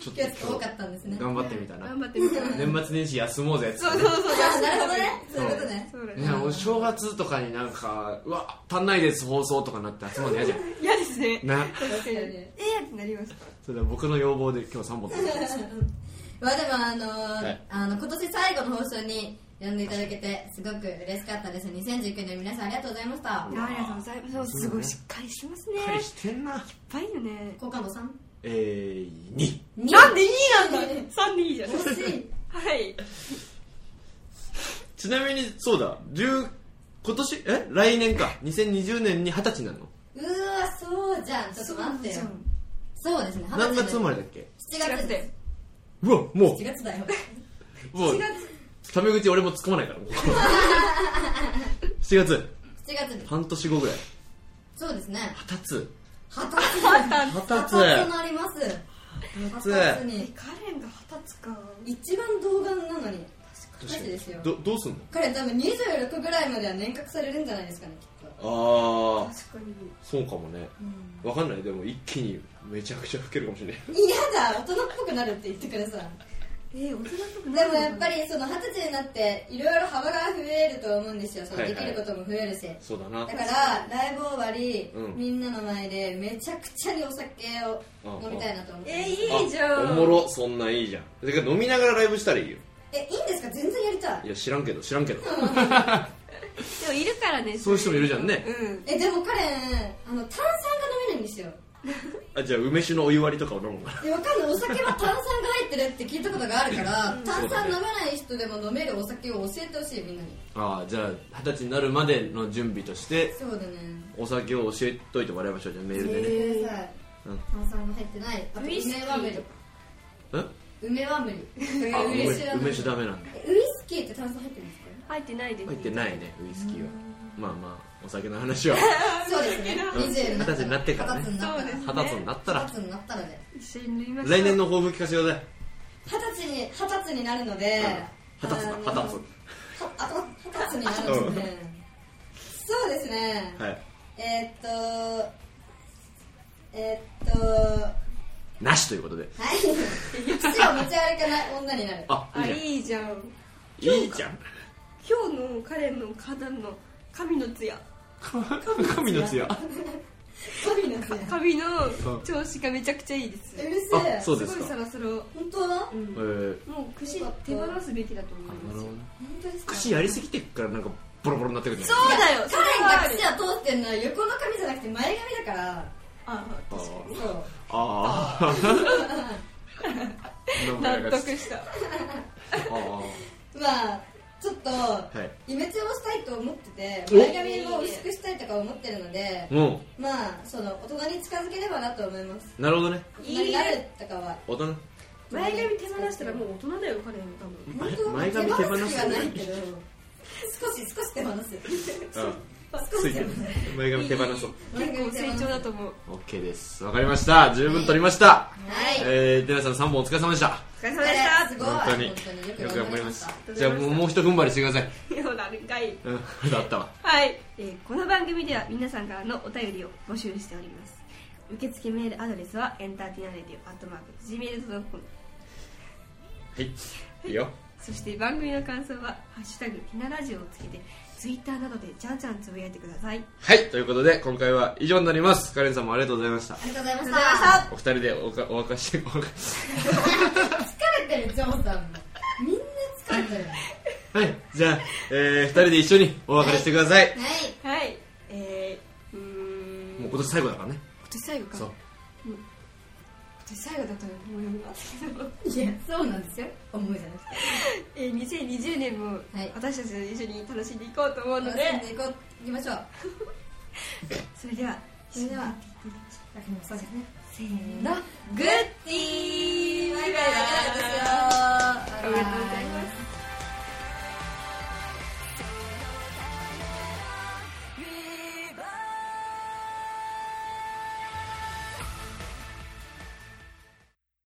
Speaker 2: ちょっ
Speaker 3: 今日ちょっと多
Speaker 2: と
Speaker 3: かったんですね
Speaker 2: 頑張ってみたな
Speaker 1: 頑張ってみた。
Speaker 2: 年末年始休もうぜっつ
Speaker 1: そ
Speaker 2: っ
Speaker 1: う
Speaker 2: て
Speaker 1: そうそう。
Speaker 3: あなるほどねそういうことね
Speaker 1: そうだ
Speaker 2: ね
Speaker 1: ね。
Speaker 2: お正月とかになんかうわ足んないです放送とかなって集まるの嫌じゃ
Speaker 1: 嫌ですね。
Speaker 2: んな
Speaker 1: 確かに。
Speaker 3: に
Speaker 1: えーってなりますか。
Speaker 2: それでは僕の要望で今日3本撮った
Speaker 3: まあでもあのー
Speaker 2: はい
Speaker 3: あの今年最後の放送に呼んでいただけてすごく嬉しかったです2019年皆さんありがとうございました
Speaker 1: ありがとうございます。すごいしっかりしてますね。
Speaker 2: 彼
Speaker 1: いっ
Speaker 2: してんな
Speaker 1: ぱいいるね。
Speaker 3: 好感度3
Speaker 2: えー2
Speaker 1: なんで2なんだ ?3 でいいじゃん。
Speaker 3: 欲しい
Speaker 1: はい。
Speaker 2: ちなみにそうだ10今年え来年か2020年に二十歳なの
Speaker 3: うーわそうじゃんちょっと待ってよそうですね二十
Speaker 2: 何
Speaker 3: 歳
Speaker 2: 月生まれ
Speaker 3: で
Speaker 2: だっけ
Speaker 3: す7月で
Speaker 2: うわも
Speaker 3: す7月だよ
Speaker 2: うもうタメ口俺も突っ込まないからもう7月
Speaker 3: 7月です
Speaker 2: 半年後ぐらい
Speaker 3: そうですね
Speaker 2: 二十
Speaker 3: 二十 歳
Speaker 2: 歳二十
Speaker 3: 二十
Speaker 2: 歳
Speaker 3: 歳になります二十
Speaker 2: 歳
Speaker 3: 歳
Speaker 1: え
Speaker 3: に
Speaker 1: カレンが二十歳か。
Speaker 3: 一番童顔なのに二十歳ですよ
Speaker 2: どどうすんの
Speaker 3: 彼多分26ぐらいまでは年賀されるんじゃないですかねきっと
Speaker 2: ああ
Speaker 1: 確かに。
Speaker 2: そうかもねわかんないでも一気にめちゃくちゃ老けるかもしれない
Speaker 3: 嫌だ大人っぽくなるって言ってください
Speaker 1: えー、大人っぽく
Speaker 3: で
Speaker 1: ない
Speaker 3: もやっぱ。りその二十歳になっていろいろ幅が増えると思うんですよその
Speaker 2: はい
Speaker 3: で
Speaker 2: は
Speaker 3: き
Speaker 2: い
Speaker 3: ることも増えるし、
Speaker 2: そうだな
Speaker 3: だからライブ終わり、
Speaker 2: うん
Speaker 3: みんなの前でめちゃくちゃにお酒を飲みたいなと思って
Speaker 1: えー、
Speaker 3: え
Speaker 1: いいじゃん。
Speaker 2: あおも。ろそんないいじゃんだから飲みながらライブしたらいいよ
Speaker 3: えいいんですか全然やりた
Speaker 2: い
Speaker 3: い
Speaker 2: や知らんけど知らんけど
Speaker 1: でもいるからね。
Speaker 2: そういう人もいるじゃんね
Speaker 1: うん。
Speaker 3: えでも彼あの炭酸が飲めるんですよ
Speaker 2: あじゃあ梅酒のお湯割りとかを飲むから
Speaker 3: でわかんないお酒は炭酸が入ってるって聞いたことがあるから炭酸飲めない人でも飲めるお酒を教えてほしいみんなに
Speaker 2: ああじゃあ二十歳になるまでの準備として
Speaker 3: そうだね
Speaker 2: お酒を教えといてもらいましょうじゃあメールでね、
Speaker 3: えー、さ
Speaker 2: うん
Speaker 3: 炭酸が入ってないあと
Speaker 1: ウイスキー
Speaker 3: 梅は無理
Speaker 2: え
Speaker 3: 梅は無理
Speaker 2: あ梅
Speaker 3: 梅酒は無
Speaker 2: 梅
Speaker 3: 理
Speaker 2: 酒ダメなんだ
Speaker 3: えウイスキーって炭酸入ってるんです
Speaker 1: 入ってないです。
Speaker 2: 入ってないねウイスキーはまあまあお酒の話は
Speaker 3: かそうですね
Speaker 2: うん
Speaker 3: 20
Speaker 2: 二十歳になってからね
Speaker 3: 二十歳になったら
Speaker 1: そう
Speaker 2: 二十歳になったら
Speaker 3: 二十歳になったらで
Speaker 1: 一緒に飲みましょう
Speaker 2: 来年。の抱負聞かせてください
Speaker 3: 二十歳に二十歳になるので
Speaker 2: 二十歳だ
Speaker 3: あの
Speaker 2: 二十歳
Speaker 3: はあと二十歳になるのでそうですね
Speaker 2: はい
Speaker 3: えーっとえーっとは
Speaker 2: なしということで
Speaker 3: い父を持ち歩かない女になる
Speaker 2: あ
Speaker 1: あ、
Speaker 2: い
Speaker 1: い
Speaker 2: い
Speaker 1: いじゃん。
Speaker 2: じゃんいいじゃん
Speaker 1: 今日のカレンの花壇の髪のツヤ。
Speaker 2: 神の強あ
Speaker 3: 神のせい
Speaker 1: 髪の調子がめちゃくちゃいいです。
Speaker 3: うるせえ
Speaker 2: そうで
Speaker 1: ご
Speaker 2: す
Speaker 1: い
Speaker 2: か
Speaker 1: サラサラ。
Speaker 3: 本当は
Speaker 1: う
Speaker 2: え
Speaker 1: ん。
Speaker 2: ー
Speaker 1: もう串手放すべきだと思い
Speaker 2: な
Speaker 1: ます
Speaker 2: るほ
Speaker 1: よ
Speaker 2: ど。ね
Speaker 3: 本当ですか
Speaker 2: 串やりすぎてっからなんかボロボロになってくるんじゃ
Speaker 1: そうだよ。それはあ
Speaker 3: 彼
Speaker 1: る
Speaker 3: が口は通ってんのは横の髪じゃなくて前髪だから
Speaker 1: あ
Speaker 2: ない
Speaker 3: そう
Speaker 2: あーあー
Speaker 1: 納得した。
Speaker 2: ああ
Speaker 3: まあちょっと、
Speaker 2: はい
Speaker 3: イメチェンをしたいと思ってて
Speaker 2: お
Speaker 3: 前髪を薄くしたいとか思ってるので
Speaker 2: も
Speaker 3: まあその大人に近づければなと思います
Speaker 2: うなるほどね
Speaker 3: 大人になるとかは
Speaker 2: 大人
Speaker 1: 前髪手放したらもう大人だよ、カレン多分。
Speaker 2: 前
Speaker 3: 本当は
Speaker 2: 前髪手放す
Speaker 3: 気はないけど少し少し手放す
Speaker 2: うんついてる前髪手放そう
Speaker 1: 結構成長だと思う。
Speaker 2: OK ですわかりました十分取りました
Speaker 3: はい、
Speaker 2: えー、寺さん3本お疲れ様でした
Speaker 1: お疲れ
Speaker 3: そ
Speaker 1: 様
Speaker 3: れ
Speaker 1: でし
Speaker 3: すごい
Speaker 2: 本当によ
Speaker 3: よ
Speaker 2: く
Speaker 3: く
Speaker 2: 頑張
Speaker 3: 頑
Speaker 2: り
Speaker 3: 張り
Speaker 2: ま
Speaker 3: ますした
Speaker 2: じゃあもうもう一踏ん張りしてください
Speaker 1: た。ようなるかい。
Speaker 2: うんまだあったわ
Speaker 1: はい、えーこの番組では皆さんからのお便りを募集しております受付メールアドレスはエンターティナレディオアットマーク Gmail.com
Speaker 2: はいいいよ
Speaker 1: そして番組の感想は「ハッシュタグひなラジオ」をつけてツイッターなどでじゃんじゃんつぶやいてください
Speaker 2: はいということで今回は以上になりますカレンさんもありがとうございました
Speaker 3: ありがとうございま
Speaker 1: あ
Speaker 3: し
Speaker 1: りが
Speaker 3: た
Speaker 1: とうございました
Speaker 2: お二人でおかお別れしてお別れ
Speaker 3: 疲れてるジョーさんもみんな疲れてるは
Speaker 2: はいじゃあ、えー、二人で一緒にお別れしてください、
Speaker 3: い
Speaker 1: はいえー、うーん
Speaker 2: もう
Speaker 1: 今
Speaker 2: 今年最後だからね
Speaker 1: 年最後か
Speaker 2: そう
Speaker 1: 今年最後だったら思いますけど
Speaker 3: いや、そうなんですよ。思うじゃなくて。
Speaker 1: えー2020年も
Speaker 3: はい
Speaker 1: 私たちと一緒に楽しんでいこうと思うので、
Speaker 3: 楽しんでいこう、行きましょう。わか
Speaker 1: それでは
Speaker 3: それではりました。
Speaker 1: せーの
Speaker 3: な、グッディーバイバイ。